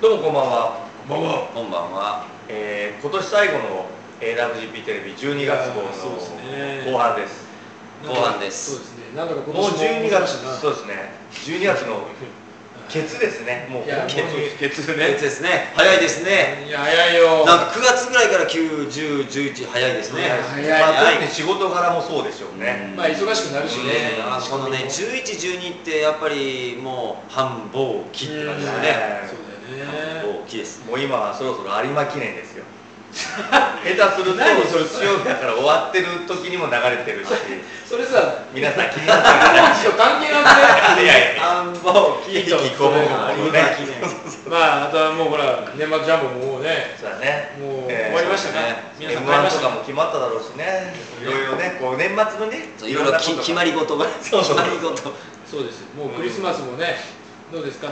どうもこんばんは。こんばんはこんばんは。えー今年最後の AWGP テレビ12月号そうですねの後半です。後半ですそうですね。なんだか今もう年も12月そううですね。12月のケツですね。もういやケツもうケツえね。ですね早いですねいや早いよ。なんか9月ぐらいから91011早いですね早い早いまあ早い特に仕事柄もそうでしょうね。まあ忙しくなるしねうんあこのね1112ってやっぱりもう繁忙期って感じですよねねそうだ繁よね。忙期ですもう今はそろそろ有馬記念ですよ下手すると何それ日曜日だから終わってる時にも流れてるしそれさ、皆さん気になってるか一応関係なくらね。 いやいや繁忙期いいと思うこもね記念まああとはもうほら年末ジャンボももうね、そうだねもうえー終わりましたね。 m 皆さん買いま1しとたかも。決まっただろうしねいろいろねこう年末のねそういろいろき決まり事が決そうそうまり事クそうです。もうクリスマスもね、どうですか。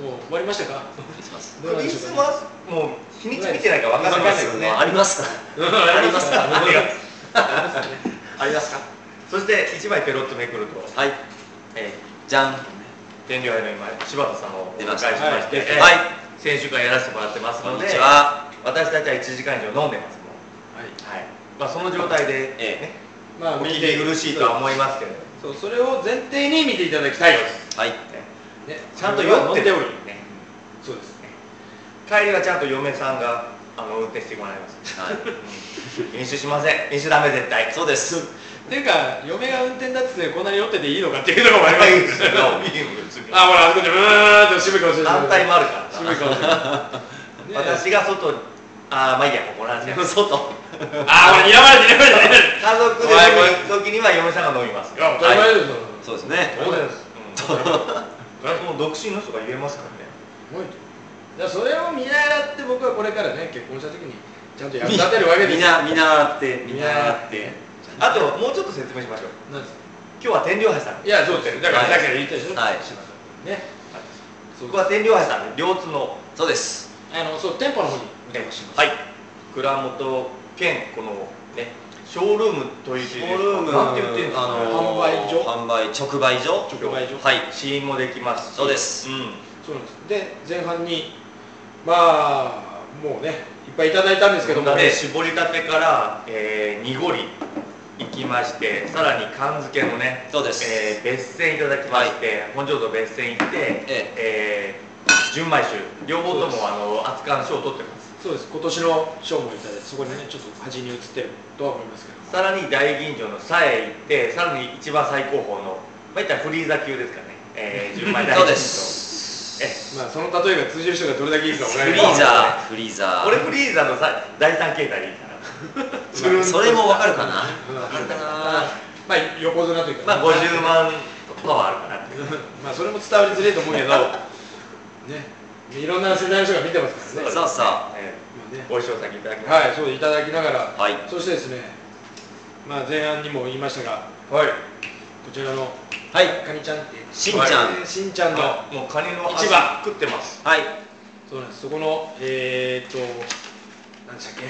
もう終わりましたか。リスマスどうクなんリでしょうスかねマスもう日にち見てないから分かんないですよねありますかあ りますか。ありますありますかそして1枚ペロッとめくるとはいえーじゃん天領愛の今柴田さんをお出迎えまししまたして、えーはい先週からやらせてもらってますこのんでにちは私たちは1時間以上飲んでますもんははい。いまあ、その状態で、ねえまお聞き苦しいとは思いますけど、そうそれを前提に見ていただきたいです。はいね、ちゃんと酔って飲るんでおり、ね、そうです。帰りはちゃんと嫁さんがあの運転してもらいます、はい飲酒しません、飲酒ダメ絶対、そうです。っていうか、嫁が運転だっつってこんなに酔ってていいのかっていうのが悪いですけど、あ、あほら、あそこでうーんって渋い顔してる。反対もあるから渋いな、顔してる。ねえ私が外に、あーまあいいや、ここの話や家外。あ、ほら、睨まれて、睨まれて。族で飲む時には嫁さんが飲みますいよ、や、当たり前ですよ。そうですね。そうです、うん、もう独身の人が言えますからね、すごいとだからそれを見習って、僕はこれからね、結婚した時に、ちゃんと役立てるわけですみんよ。な、みんなって、みんなって。あともうちょっと説明しましょう、なんです今日は天領橋さん、いや、そうですよ。だから、はいだから言ったでしょ。はい柴田君ね。そう僕は天領橋さん、両津のそうです。あの、そう、店舗の方に。電話します。はい。蔵元兼このねショールームというショールーム、なんて言ってるんですか、あね。の販売所販売、直売所。直売所はい。試飲もできますし。そうですうん。そうなんです。で、前半に、まあ、もうね、いっぱいいただいたんでですすけけどども、も、ね、絞りたてから、えー、濁り行きまして、さらに缶漬けのね、そうですえー別煎いただきまして、本醸造別煎行って、ええー純米酒両方とそうですもあの熱燗賞を取ってます。そうです今年の賞もいただいてそこにねちょっと端に移ってるとは思いますけどさらに大吟醸のさえ行って、さらに一番最高峰の、まあ、いったらフリーザ級ですかね、 えー、純米大そ吟うで醸。す。えまあその例えが通じる人がどれだけいいかわからフないリーザー、フリーザー。俺フリーザのさ第三形態でいいからそれもわかるかな。うんわかるかまあな。まあ横綱というかまあ50万とかはあるかなって まあそれも伝わりづらいと思うけどねいろんな世代の人が見てますからねそうそう。はえ今ねえご一緒先いただきまはいそういただきながら、い。そしてですねまあ前半にも言いましたがすはいこちらのはい。カニちゃんってしんちゃん。しんちゃんの、あのもうカニの一番足食ってますはい。そうなんです。そこのえー、っと何でしたっけ？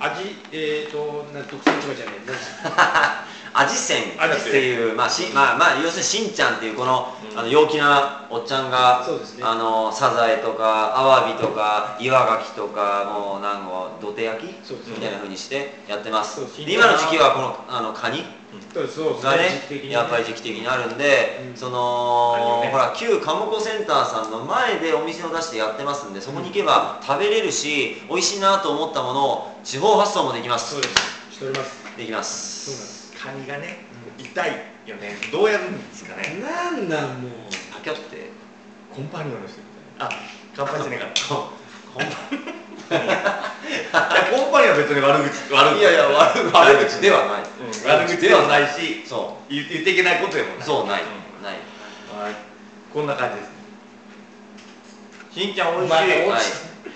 味えー、っとなん特選市場じゃない。なんでしたっアジセンっていう、まあ、しまあ、まあ、要するにしんちゃんっていうこの,、うんあの陽気なおっちゃんがそうですねあのサザエとかアワビとか岩ガキとかもうなんか土手焼きけそうですみね。たいな風にしてやってますそうで今の時期はこのあのカニそうですそうですがね時期的にやっぱり時期的にあるんで、うんそカニをの、ねほら旧鴨子センターさんの前でお店を出してやってますんでそこに行けば食べれるし美味しいなと思ったものを地方発送もできますそうです。しております。できまそうなんですす。カニがね痛いよねどうやるんですかねなんなんもう。パキョってコンパニオンの人みたいなあ乾杯してねえかここん らいやコンパニオンは別に悪口悪いやいや悪口悪口ではない、うん悪口ではないしそ言言っていけないことでもうないそうない、んないはいこんな感じですしんちゃん美味まあしいおはい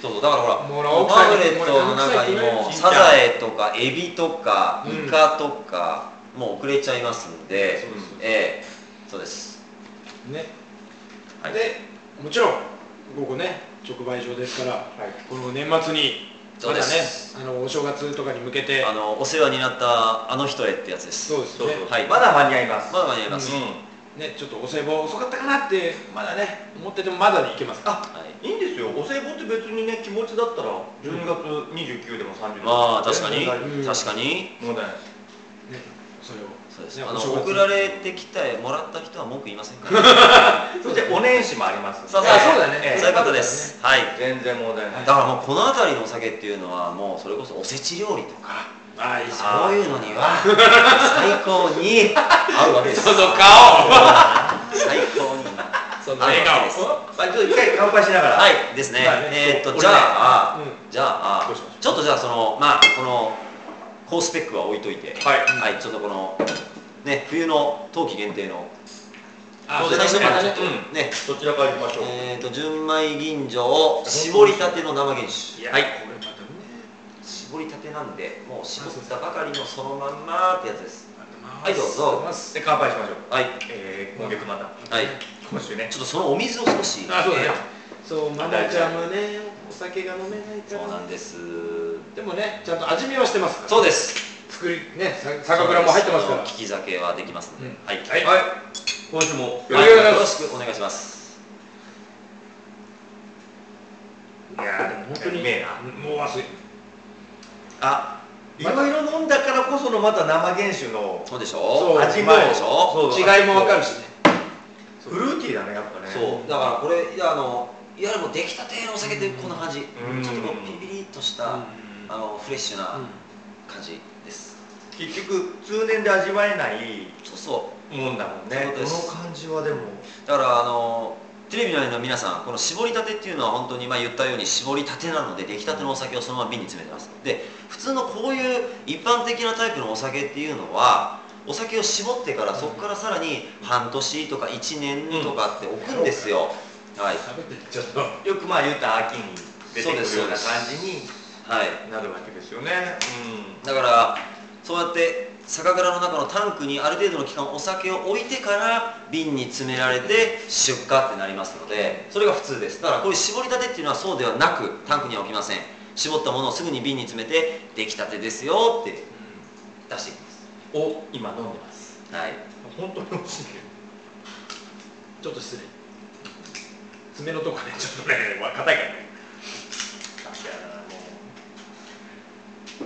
そうそうだからほらもうほら奥パさんンにフレットの中にこれも奥さサんにザエとかエビとかうんイカとか、もう遅れちゃいますんで、そうですええそうですね。はいでもちろん午後ね直売所ですから、はいこの年末にそまうでだねすあのお正月とかに向けてあのお世話になったあの人へってやつですそうですそうねそう、はいまだ間に合います、まだ間に合います、うんねちょっとお歳暮遅かったかなってまだね思っててもまだにいけますあはいいいんですよお歳暮って別にね気持ちだったら12月29でも30でもまあ確か全に然うん確か大丈夫問題にないですねそれをそうですねあおの正月送られてきたもらった人は文句言いませんからそしてお年始もありますんでそうそうあそうだねええそういうことです、はい全然問題ないだからもうこの辺りのお酒っていうのはもうそれこそおせち料理とかああいいですそういうのには最高に合うわけですその顔 最高にその合うわ笑け顔ですまあ、ちょっと一回乾杯しながら、い、はいですね、まあねえーっとこれねじゃあ、うんじゃあどうしましょうちょっとじゃあそのまあこの高スペックは置いといてはいはい、ちょっとこのね冬の冬季限定のあそうで最す初ねからねちょっとねそちらから行きましょう、えー、と純米吟醸を絞りたての生原酒やはいこれまたね絞りたてなんでもう絞ったばかりのそのまんまってやつですはいどうぞますで乾杯しましょうはいえー、今月またはい今週ねちょっとそのお水を少しあそうだねえそうマナちゃんはねお酒が飲めないーかそうならんですでもねちゃんと味見はしてますからそうです作りねさ酒蔵も入ってますからそうですあの利き酒はできますんで、うんはい、ははい、今週もありがとうございますよろしくお願いしますいやーでも本当にううめめええななもう忘れあいろいろ飲んだからこそのまた生原酒のそうでしそょう味味うもまいでしょそう違いもわかるしねフルーティーだねやっぱねそうだからこれいやあのいわゆるもうできたてのお酒ってこんな感じ、うんちょっとこうピリピリっとした、あのフレッシュな感じです、結局通年で味わえないそうそもんだもんそうねですこの感じはでもうだからあのテレビの前の皆さんこの絞りたてっていうのは本当にまあ言ったように絞りたてなので出来たてのお酒をそのまま瓶に詰めてますで普通のこういう一般的なタイプのお酒っていうのはお酒を絞ってからそこからさらに半年とか1年とかって置くんですよ、はい食べてちょっとよくまあ言ったら秋に出てくるようなそうで感すじにはいなるわけですよねだからそうやって酒蔵の中のタンクにある程度の期間お酒を置いてから瓶に詰められて出荷ってなりますのでそれが普通ですだからこういう絞りたてっていうのはそうではなくタンクには置きません絞ったものをすぐに瓶に詰めて出来たてですよって出していきますうんを今飲んでますはい本当に美味しいねちょっと失礼爪のとこねちょっとね硬いからね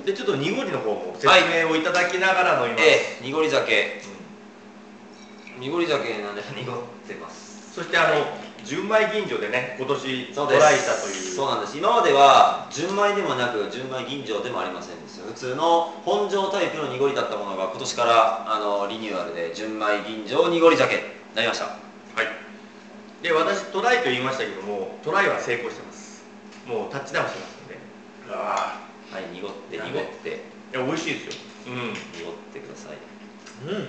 でちょっと濁りの方も説明をいただきながら飲みます、ええ濁り酒うん濁り酒なんで濁ってますそしてあの純米吟醸でね今年そトうですライしたというそうなんです今までは純米でもなく純米吟醸でもありませんですよ普通の本醸タイプの濁りだったものが今年からあのリニューアルで純米吟醸濁り酒になりましたはいで私トライと言いましたけどもトライは成功してますもうタッチダウンしてますのであはい濁ってダ濁メっていや美味しいですようん濁ってくださいあうん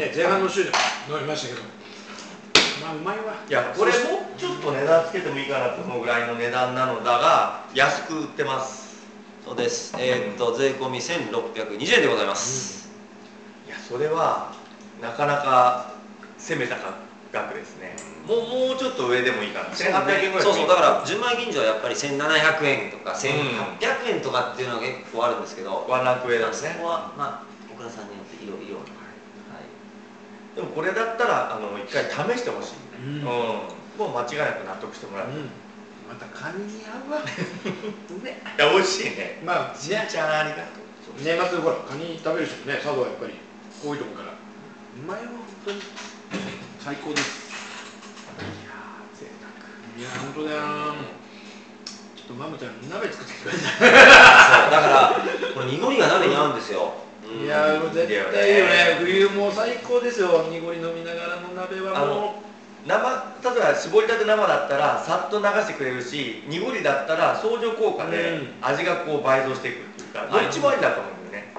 ね前半の週でも飲みましたけどまあうまいわいやこれもうちょっと値段つけてもいいかなと思うぐらいの値段なのだが安く売ってますそうですえーっと税込み1620円でございます、いやそれはなかなか攻めた額ですねもうもうちょっと上でもいいかな1800円ぐらいそうそうだから純米吟醸はやっぱり1700円とか1800円とかっていうのが結構あるんですけど、ワンランク上なんですそねこはまあ奥田さんによっていろいろはいでもこれだったらあの一回試してほしい、ううんんもう間違いなく納得してもらう、いまたカニに合う わうめえや美味しいねまあじいちゃんありがとう年末ほらカニ食べる人もね佐渡はやっぱり多いとこからうまいわ本当に最高ですいやー贅沢いや本当だよちょっとマムちゃん鍋作ってくれさそうだからこれ濁りが鍋に合うんですよ、いいやうんー絶対いいよね冬も最高ですよ濁り飲みながらの鍋はあもの生例えば絞りたて生だったらさっと流してくれるし濁りだったら相乗効果でうん味がこう倍増していくっていうか、はい一番いいんだと思うんだよね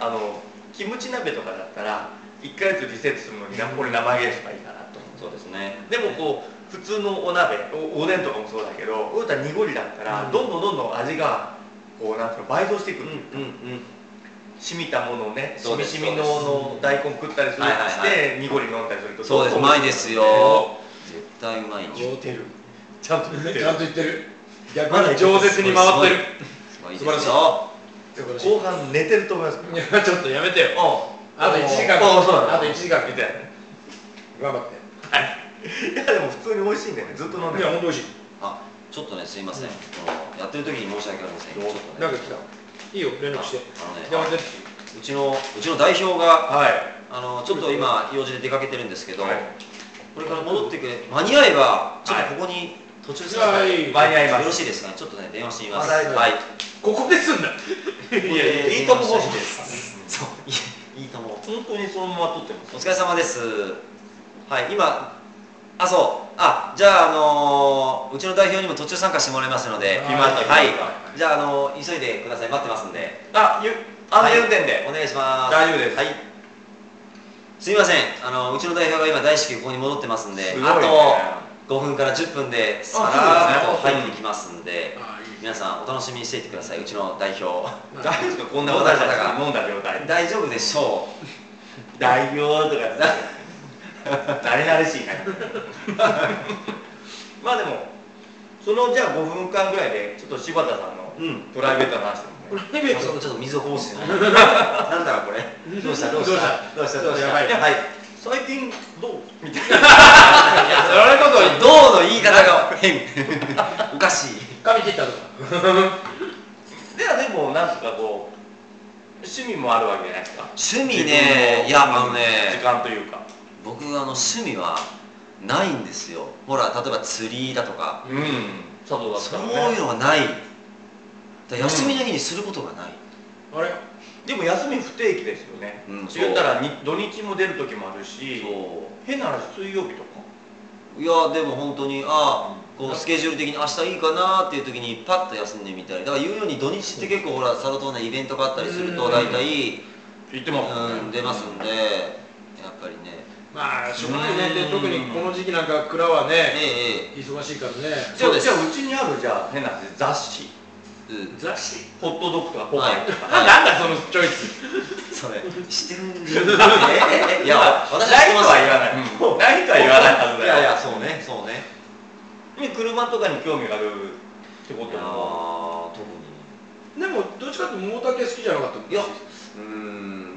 あのキムチ鍋とかだったら1回ずつリセットするのになこれ生揚げしかいいかなと思うそうですねでもこう普通のお鍋おおでんとかもそうだけどうーたん濁りだったら、うんどんどんどんどん味がこうなんていうの倍増していくうる、んうんうん染みたものをねそしうみですしみののそうです大根食ったりするとはいして、はいはい濁り飲んだりするとそうでどすうんどんまいですよ絶対うまいう合うてるちゃんと言ってちるゃんと言ってる逆まだに言ってる饒舌に回ってるすごいです素晴らしいよ素晴らしい後半寝てると思いますけどいやちょっとやめてよあと1時間あそうなんだあと1時間みたいな頑張っいやでも普通に美味しいんだよねずっと飲んてでいるや本当美味しいあちょっとねすいません、うんこのやってる時に申し訳ありませんちょっとねなんか来たいいよ連絡してあのね電話出てうちのうちの代表がはいあのちょっと今用事で出かけてるんですけど、はいこれから戻ってくれ間に合えばちょっはとここに途中はでい間に合いまよろすしいですかねちょっとね電話してみますあ大は丈い夫ここですんだいやいやいいとも方式ですそういいいいとも本当にそのまま撮ってまお疲れ様ですはい今あそうあじゃああのーうちの代表にも途中参加してもらいますのではいはいじゃああのー急いでください待ってますんであゆ安全運転で、お願いします大丈夫です、はいすみませんあのうちの代表が今大至急ここに戻ってますんすで、ごいねあと5分から10分でさらっそうでとすね入ってきますんでああいい皆さんお楽しみにしていてくださいうちの代表大丈夫ですかこんな私たちが飲んだ状態大丈夫でしょ大丈夫とか言って慣れ慣れしいなまあでもそのじゃあ5分間ぐらいでちょっと柴田さんのううんプライベートな話でもねプライベーちトょっと水をこぼして ないなんだろうこれどうしたどうしたどうしたどうしたやばいはい最近どうみ たいいやそれこどうの言い方が変 おかしいそ髪切ったとかなではでもなんとかこう趣味もあるわけじゃないですか趣味ねいやあのね時間というか僕あの趣味はないんですよほら例えば釣りだとかうん佐藤だったそうらねいうのがないだから休みの日にすることがない、あれでも休み不定期ですよねうんそう言ったらに土日も出る時もあるしそ変な話水曜日とかういやでも本当にああこうスケジュール的に明日いいかなっていう時にパッと休んでみたりだから言うように土日って結構ほらサロトーナイベントがあったりするうとん大体行ってますもんねうん出ますんでやっぱりねまあしょうがないねでうん特にこの時期なんか蔵はえねええ忙しいからねじゃそうあでじすゃあうちにあるじゃあ変な話雑誌えうん雑誌ホットドッグとかポカリとか、はいなんだそのチョイスそれ知ってるんじゃないえええいや私は知ってますないとは言わない、うんないとは言わないはずだいよやいやそうねそうねね車とかに興味があるってこいとやはー特にでもどっちかっていうと桃竹好きじゃなかったもんいやう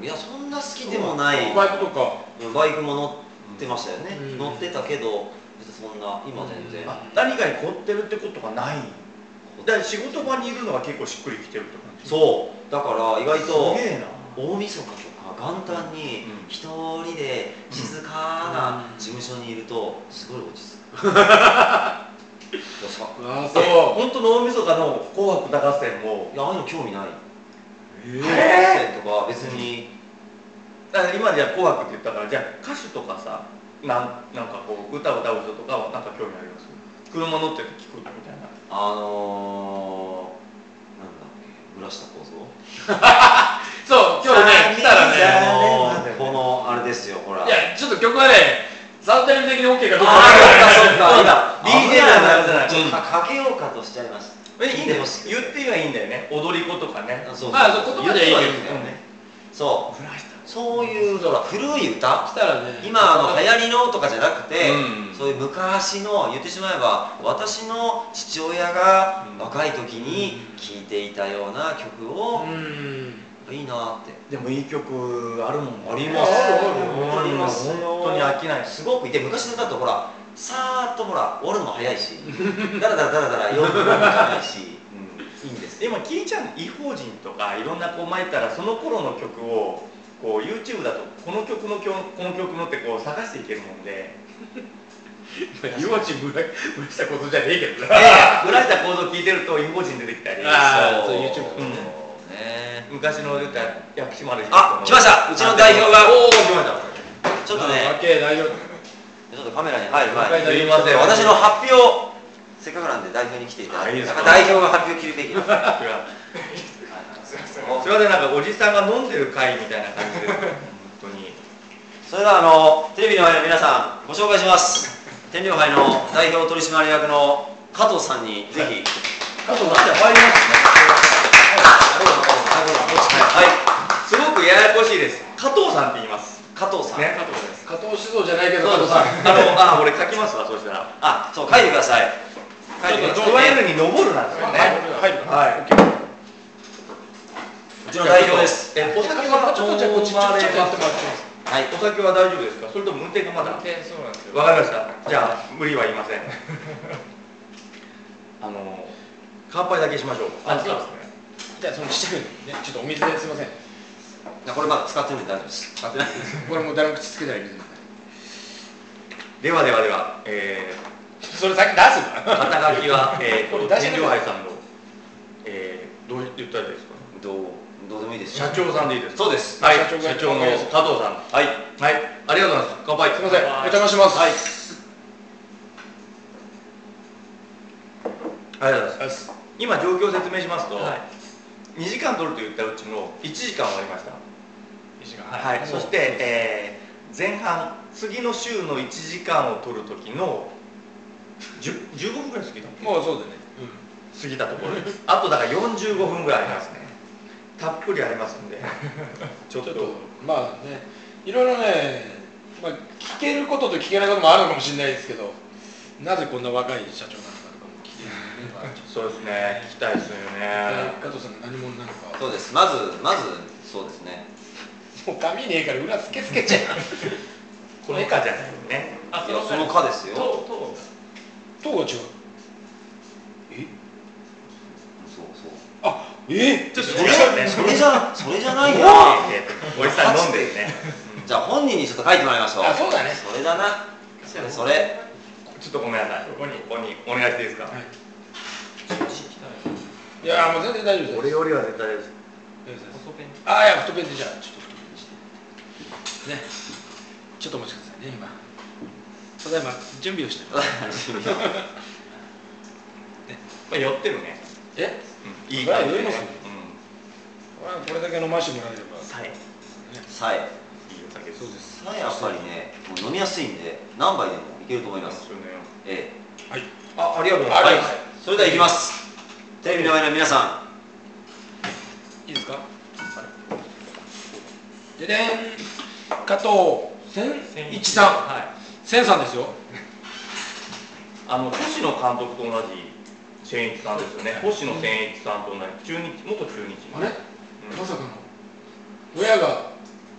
んいやそんな好きでもないバイクとかバイクも乗ってましたよね、うん乗ってたけど別にそんな今全然、うんあ何かに凝ってるってことがないだから仕事場にいるのが結構しっくりきてるって感じそうだから意外とすげえな大晦日とか元旦にうん一人で静かなうん事務所にいるとすごい落ち着く、いやさああそう本当の大晦日の「紅白歌合戦」もいやああいうの興味ないええとか別に、だから今じゃあ紅白って言ったからじゃあ歌手とかさなんなんかこう歌を歌う人とかはなんか興味あります車乗ってて聞くみたいなあのー、なんだ村下幸三そう今日ね来たらねあねのーこのあれですよほらいやちょっと曲はねサンタル的に OK かあーそどっかそっかうかわからない今 DJ なんだちょっとかけようかとしちゃいましたえいいんだよ聞いて言ほしいってはいいんだよね踊り子とかねそうまあそう言葉ではいいけど言ってはいいんだよねそフラしたうそういうほら古い歌来たらね今あの流行りのとかじゃなくて、うんそういう昔の言ってしまえば私の父親がうん若い時に聴いていたような曲をう、んいいなってでもいい曲あるもんねありますよあるあるありますよ本当に飽きないですすごくいて昔の歌ってほらさーっとほら終わるのも早いしだらだらだらだら読むのも早いし、 うんいいんですよ今聞いちゃうの異邦人とかいろんなこう巻いたらその頃の曲をこう YouTube だとこの曲のきょこの曲のってこう探していけるもんで湯落ちむらしたことじゃねえけどい やいやブラした行動聞いてると異邦人出てきたりあーそそうう YouTube うんねね昔の歌薬師丸ひろ子のあ来ましたうちの代表がおお来ましたちょっとあね OK 大丈夫ちょっとカメラに入る了解前にでいすません私の発表せっかくなんで代表に来ていただあいいいてでやすっかぱ代表が発表切るべきなん ではい それでなんかおじさんが飲んでる会みたいな感じで本当にそれではあのテレビの前の皆さんご紹介します天領杯の代表取締役の加藤さんにぜひ加藤じゃあ入りますはねすごくややこしいです加藤さんって言いますい加藤さん、ね加藤です加藤酒造じゃないけどそう加で藤すさあんのあ俺書きますわそうしたらあそう書いてください書いてくだどさういいわゆるに登るなんですよね。はいはいこちらの代表ですえ、お酒はちょっとじゃあこっちちょっとちょっとやってもらっていいですはお酒は大丈夫ですかそいれとも運転がまだわかりでそうなんですよました。じゃあ、無理は言いません。あの、乾杯だけしましょう。あそうじゃですねあその試着ねちょっとお水ですいませんいやこれまだ使ってないんで大丈夫です使ってないですこれもう誰も口つけてない水でですはではでは、えー、それ先出すな肩書きは、えー、これと出し天な領か杯さんの、えー、どう言ったらいいですかどうどうでもいいです社長さんでいいですかそうですはい、社長が社長の加藤さん。はいはい、ありがとうございます。乾杯。すいませんお邪魔しますはいありがとうございます。今状況を説明しますと、はい2時間取ると言ったうちの1時間終わりました。石がはい、そして、えー前半次の週の1時間を取る時の10 15分ぐらい過ぎたもうそうだね過ぎたところです あとだから45分ぐらいありますねたっぷりありますん でちょっちょとっとまあねいろいろね、まあ、聞けることと聞けないこともあるのかもしれないですけどなぜこんな若い社長なのかとかも聞けるのかちょっそうですね聞きたいですよねと加藤さんが何者なのかそうですまずまずそうですねもう髪ねえから裏すけすけじゃんこの以下じゃないよねあいやその課ですよとととが違うえそうそうあえちょっとそれそれじゃそれじゃないよおじさん飲んでるねじゃあ本人にちょっと書いてもらいましょうあそうだねそれだなそれそれちょっとごめんなさいここにここにお願いしていいですかはい汚いいやもう全然大丈夫ですよりは絶対です大丈夫です細ペンあいや太ペンでじゃあちょっと太ペンにしてねちょっとお待ちくださいね今ただいま準備をしてますまあ寄ってるねえうんいい感じでねそれは酔いますよまあこれだけ飲ましてもらえればうんはいさえいいお酒ですそうですさえやっぱりねもう飲みやすいんで何杯でもいけると思いますええはいあ、ありがとうございあまりすがとうございます。それではいきますテレビの前の皆さんいいですかででん加藤千一さんはい。千さんですよあの星野監督と同じ千一さんですよね。星野千一さんと同じ中日元中日の。あれうんまさかの親が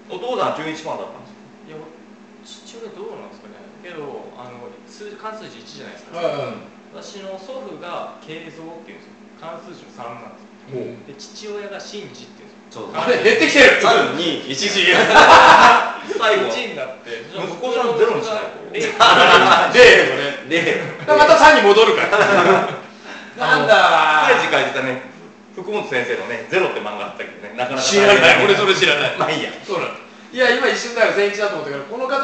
お父さん中日ファンだったんですよ。いや父親どうなんですかねけどあの数字関数字1じゃないですか、はいは私の祖父が慶三っていうんですよ関数字の3なんですよいもうで父親が真治っていうんですそようあれ減ってきてる三二一時最後1になって息子さんゼロにしないと零でこれでまた三に戻るから なん彼次回だ言ってたね、福本先生のねゼロって漫画あったけどね、なかなか知ら ない俺それ知らないまあいいや。そうなんだいや今一瞬だから千一だと思ったからこの方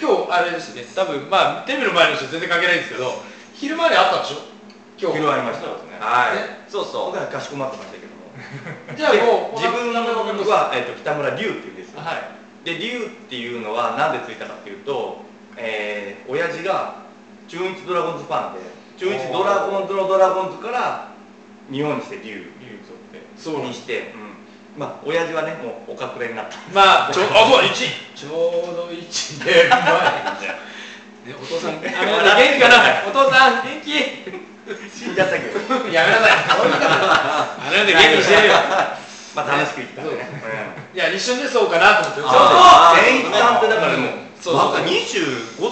今日あれですね多分まあテレビの前の人全然関係ないんですけど昼間に会ったんでしょ今日広がりました。そうですねはい。そうそう僕はかしこまってましたけども。じゃあも うで自分の名前わかりますはえっと北村龍っていうんですよ。はいで龍っていうのはなんでついたかっていうと、えー、親父が中日ドラゴンズファンで中日ドラゴンズのドラゴンズから日本にして龍竜とってそうなんにですして、うん、まあ親父はねもうお隠れになったまあちょうあそうだ一ちょうど一年前みたい ねお父 さんあの元気かなお父さん元気 死んじゃったけど やめなさいあの世で元気にしてるよまあ楽しく生きたねそううんいや一瞬でそうかなと思ってちょあっとーあー全員さんってだからもうそうそうまだ25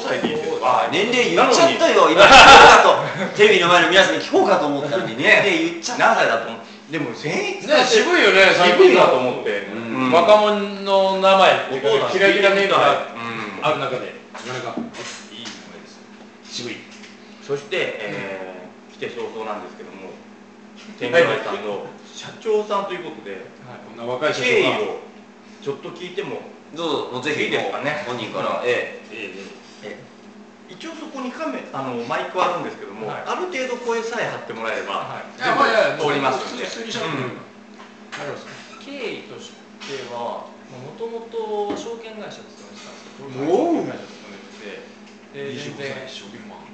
歳でいいですよあ 年齢言っちゃったなのによ今聞こうか とテレビの前の皆さんに聞こうかと思ったのに年齢言っちゃった何歳だと思うでも全員ね渋いよね最渋い近なと思って、うんうん若者の名前っていうかキラキラネームがうんある中でなかなかいい名前ですよ渋いそして、えー、来て早々なんですけども天狗会さんの社長さんということでこんな若い人が経緯をちょっと聞いてもどうぞもうぜいいひですかね本人から、えええ一応そこにカメあのマイクはあるんですけども、はいある程度声さえ張ってもらえれば、はいえいやまあいや全部通りますんで普通にしゃべるうんなるほど経緯としてはもともと証券会社に勤めてたんですけどおう証券会社に勤めててで全然証券マン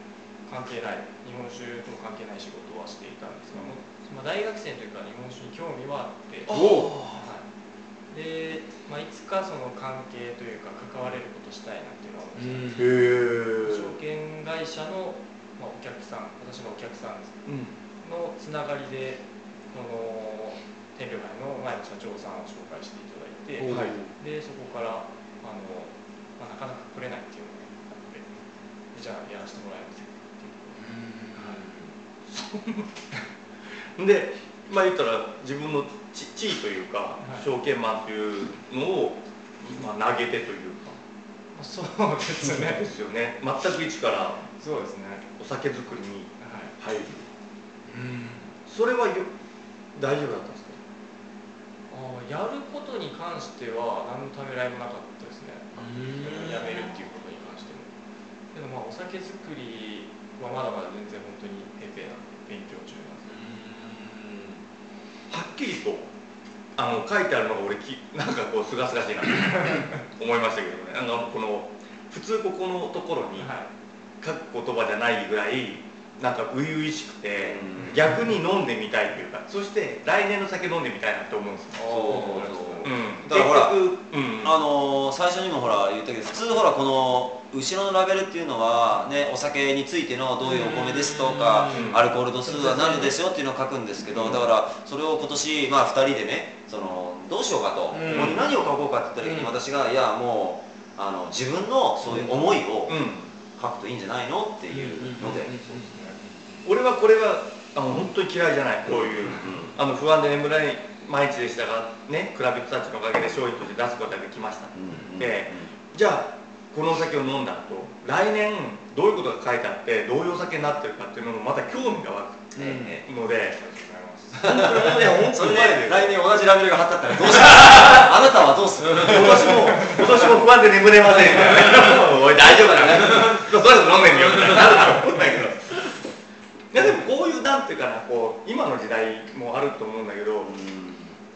関係ない日本酒とも関係ない仕事はしていたんですけども、まあ、大学生の時から日本酒に興味はあっておはいで、まあ、いつかその関係というか関われることしたいなっていうのは思ってへえ証券会社のまあ、お客さん私のお客さんうんのつながりでこの天領会の前の社長さんを紹介していただいて、おーでそこからあの、まあ、なかなか来れないっていうのがあってでじゃあやらせてもらえませんかっていうで、まあ言ったら自分の地地位というか、い証券マンというのを、まあ、投げてというか、まあそうですでねすよね全く一から そうですねお酒作りにはい入るうんそれはよ大丈夫だったんですかあーやることに関しては何のためらいもなかったですねうんやめるっていうことに関してもけどまあお酒作りはまだまだ全然本当にペペなんで勉強中なんですはっきりとあの書いてあるのが俺きなんかこうすがす がしいなと思いましたけどねあのこの普通ここのところにはい書く言葉じゃないぐらいなんか初々しくてうん逆に飲んでみたいというかそして来年の酒飲んでみたいなって思うんですよそうそうそううんだからほら結局うんあのー最初にもほら言ったけど普通ほらこの後ろのラベルっていうのはねお酒についてのどういうお米ですとかうんアルコール度数はなるですよっていうのを書くんですけどだからそれを今年まあ2人でねそのどうしようかと、うんもう何を書こうかって言った時に私がいやもうあの自分のそういう思いをうん書くといいんじゃないのっていうので、俺はこれはあの本当に嫌いじゃないこういう、あの不安で眠れない毎日でしたがねクラビットたちのおかげで商品として出すことができました、うんでじゃあこのお酒を飲んだ後来年どういうことが書いてあってどういうお酒になってるかっていうのもまた興味が湧くので、ありがとうごいざいますや本 そ当にれで前で来年同じラベルが貼ってあったらどうしますあなたはどうす る私も私も不安で眠れませんみたいなおい大丈夫だねそろそろ飲んでみようみたいになると思うんだけどいやでもこういうなんていうかなこう今の時代もあると思うんだけど、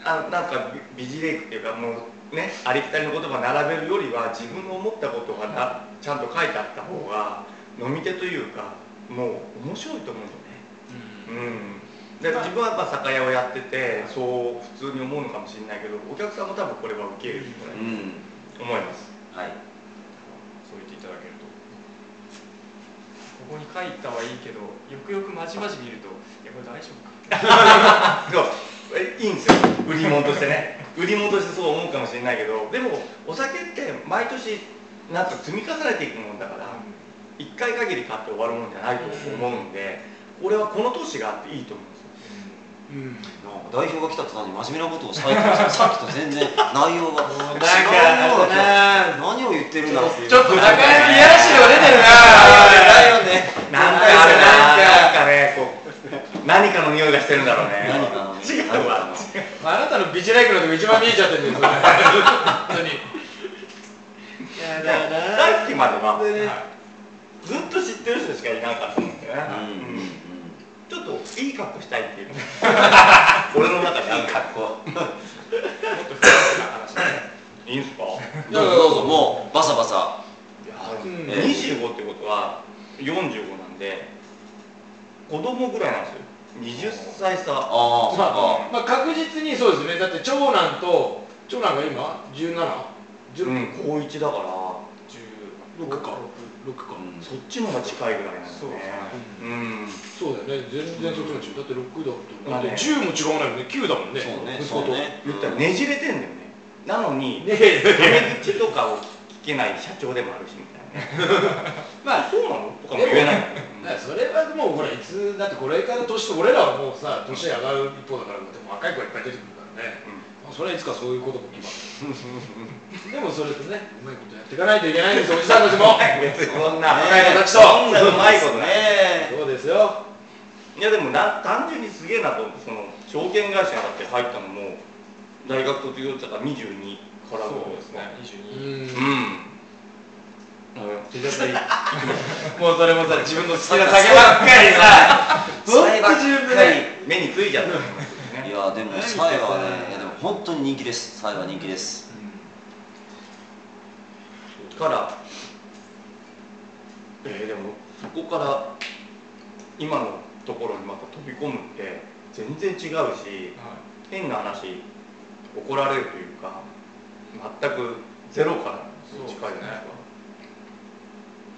あなんかビビジレイクっていうかもうねありきたりの言葉並べるよりは自分の思ったことがなちゃんと書いてあった方が飲み手というかもう面白いと思うんだよねうんで自分はやっぱ酒屋をやっててそう普通に思うのかもしれないけどお客さんも多分これは受け入れるとねうん思いますはいそう言っていただけるとここに書いたはいいけどよくよくまじまじ見るといやこれ大丈夫かそうえいいんですよ売り物としてね売り物としてそう思うかもしれないけどでもお酒って毎年なんか積み重ねていくもんだから、一回限り買って終わるもんじゃないと思うんで、俺はこの年があっていいと思うんですようんなんか代表が来た途端に真面目なことを最近さっきと全然内容が違うような気がする何を言ってるんだろうっていうちょっと中山いやらしいのが出てるなだよねなんかあるななんかねこう何かの匂いがしてるんだろうね何かのね違うわあなたのビジライクのとこ一番見えちゃってるんですよね本当にやだなさっきまでは、でねずっと知ってる人しかいなかったもんだよね、うんうんうんちょっといい格好したいって いう俺の中でいい格好もっと深い話でいいんすかどうぞどうぞもうバサバサうんえー25ってことは45なんで子供ぐらいなんですよ20歳あ差あそっまかあ、まあ確実にそうですねだって長男と長男が今1716、うん高1だから16 6か6か、うんそっちの方が近いぐらいなんですそうねですねうんそうだよね全然そっちの中だって6だと、まあだねって10も違わないよね9だもんねそうね息そ子とうね言ったらうんねじれてんだよねなのにね えタメ口とかを聞けない社長でもあるしみたいなねまあそうなのとかも言えないだからそれはもうほらいつだってこれから年と俺らはもうさ年上がる一方だからだってもう若い子がいっぱい出てくるからね、まあ、それはいつかそういうことも決まるでもそれとねうまいことやっていかないといけないんですおじさんたちも別にそんな若い子たちとそんなうまいことねね そうですよいやでもな単純にすげえなと思ってその証券会社だって入ったのも大学卒業したから22からそうですねう22 うんん手助かりもうそれもさ自分の好きな酒酒ばばっかりささえばっかり目についちゃったと思いますよいねやでも何サイは言ってんのねいやでも本当に人気ですサイは人気ですからえーでもそこから今のところにまた飛び込むって全然違うしはい変な話怒られるというか全くゼロからの近いじゃないですか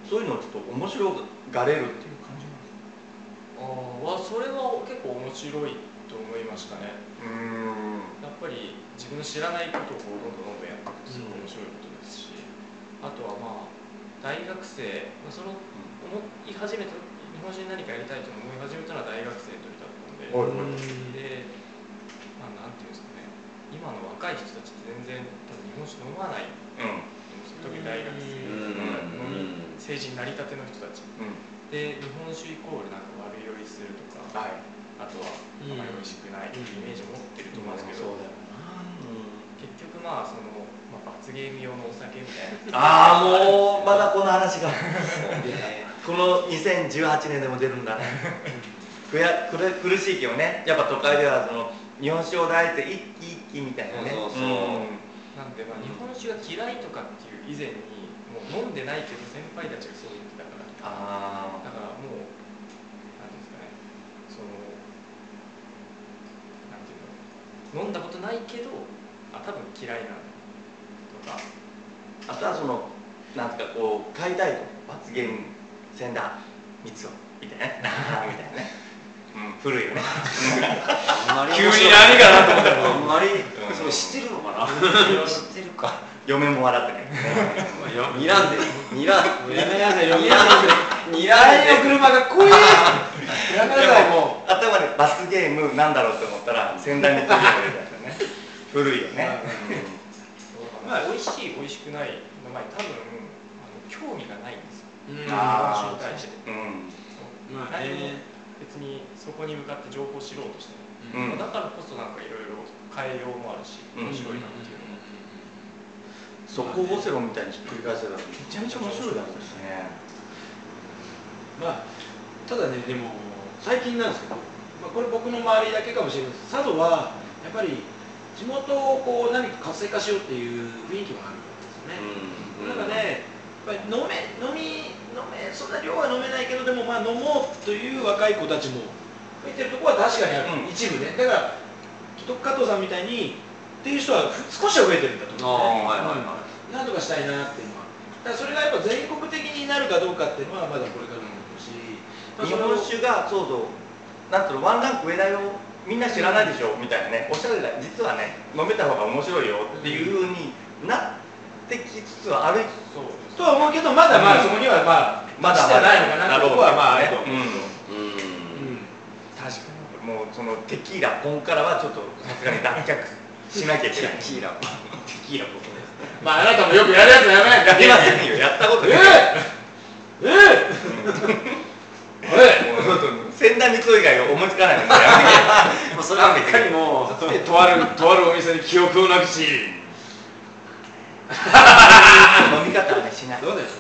そういうのをちょっと面白がれるっていう感じなんですかはそれは結構面白いと思いましたねうーんやっぱり自分の知らないことをこうどんどんどんどんやっていくとすごういん面白いことですし、あとはまあ大学生、まあ、その思い始めた日本人に何かやりたいと思い始めたのは大学生の時だったので、はいで、まあ、なんていうんですかね今の若い人たちって全然多分日本酒飲まないうん特に大学生うん飲み成人なりたての人たちうんで日本酒イコールなんか悪酔いするとはかいあとはあまり美味しくないっていうイメージを持ってると思うんですけど、結局まあその、まあ、罰ゲーム用のお酒みたいなああもうまだこの話がこの2018年でも出るん だくや苦苦しいけどねやっぱ都会ではその日本酒を抱いて一気一気みたいなねそうそうそうんなん でまあ日本酒が嫌いとかっていう以前にもう飲んでないけど先輩たちがそう言ってたからだあからもうなんていうんですかねそのなんていうの飲んだことないけどあ多分嫌いなんだとかーあとはそのなんかこう買いたいと罰ゲーム戦だ三つをみたいなみ たいなね、うん、古いよねあんまり急に何かなと思ったあんまりうんそれ知ってるのかな知ってるか嫁も笑ってね睨んで睨んでやめなさいよ睨んで帰りの睨んで車が怖えやめなさいも頭で罰ゲームなんだろうと思ったら先代に取り上げた ね古いよねまあ、美味しい美味しくないの前に多分あの興味がないんですよううんん日あ本酒に対してうんそうまあ何もね別にそこに向かって情報を知ろうとしてない、うんまあだからこそなんかいろいろ変えようもあるしうん面白いなっていうのも、そこをオセロみたいにひっくり返せたらめちゃめちゃ面白いだろうしねまあただねでも最近なんですけど、まあ、これ僕の周りだけかもしれないです佐渡はやっぱり地元をこう何か活性化しようっていう雰囲気はあるんですよね、なんかね、やっぱり飲め、飲み、飲め、そんな量は飲めないけど、でもまあ飲もうという若い子たちも、見てるとこは確かにある、うん一部ね。だから、きっと加藤さんみたいに、っていう人はふ少しは増えてるんだとあ思うんあはいはいですねうはん。なんとかしたいなっていうのは。だからそれがやっぱ全国的になるかどうかっていうのは、まだこれからだと思うし、まあ日本酒がそうそうなんていうのワンランク上だよみんな知らないでしょみたいなねおしゃれだ実はね飲めた方が面白いよっていうふうになってきつつはあるそうでとは思うけど、まだまあそこにはまあ、まだ達してはないのかなってとこはまあ、あると思う。ういううんん確かにもうそのテキーラポンからはちょっとさすがに脱却しなきゃいけないテキーラポンテキーラポンですまあ、あなたもよくやるやつやめないやりませんよやったことないええ あれもう本当に仙台光以外思いつかないのでやめてもうそればっかりもうとあるとあるお店に記憶をなくし飲み方はねしない、どうだよう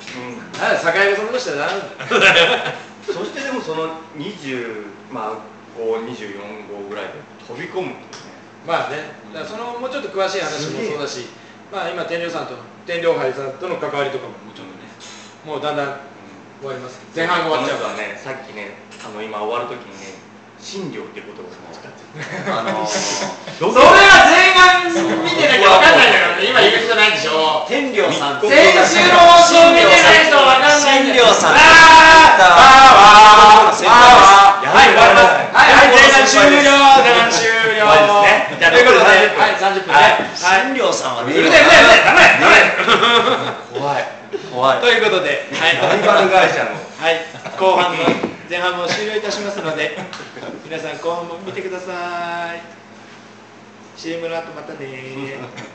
なんだ境目そんなことしたらならんだよん、そしてでもその20まあ524号ぐらいで飛び込むっていうねまあねだからそのもうちょっと詳しい話もそうだしまあ今天領さんと天領杯さんとの関わりとかももうちょっとねもうだんだん終わります前半が終わっちゃうこかのら人はねさっきねあの今終わる時にね診療っていう言葉を使っ てるあのー それは前半見てなきゃ分かんないんだからね今言う人ないでしょ天領さん先週の放送見てないと分かんないん天だ領よさんわあーあーあーあーあーあーあーあーあーやばい終わらないはい、はい、前半終了、前半終了。終わりですねじゃあということで、 30分はい、三十分ね。はいはい、天領さんはねうるさい、うるさい、うるさい、ダメ、ダ怖い怖いメ。ということで、はい、ライバル会社のはい、後半の前半も終了いたしますので、皆さん後半も見てください。CM の後またねー。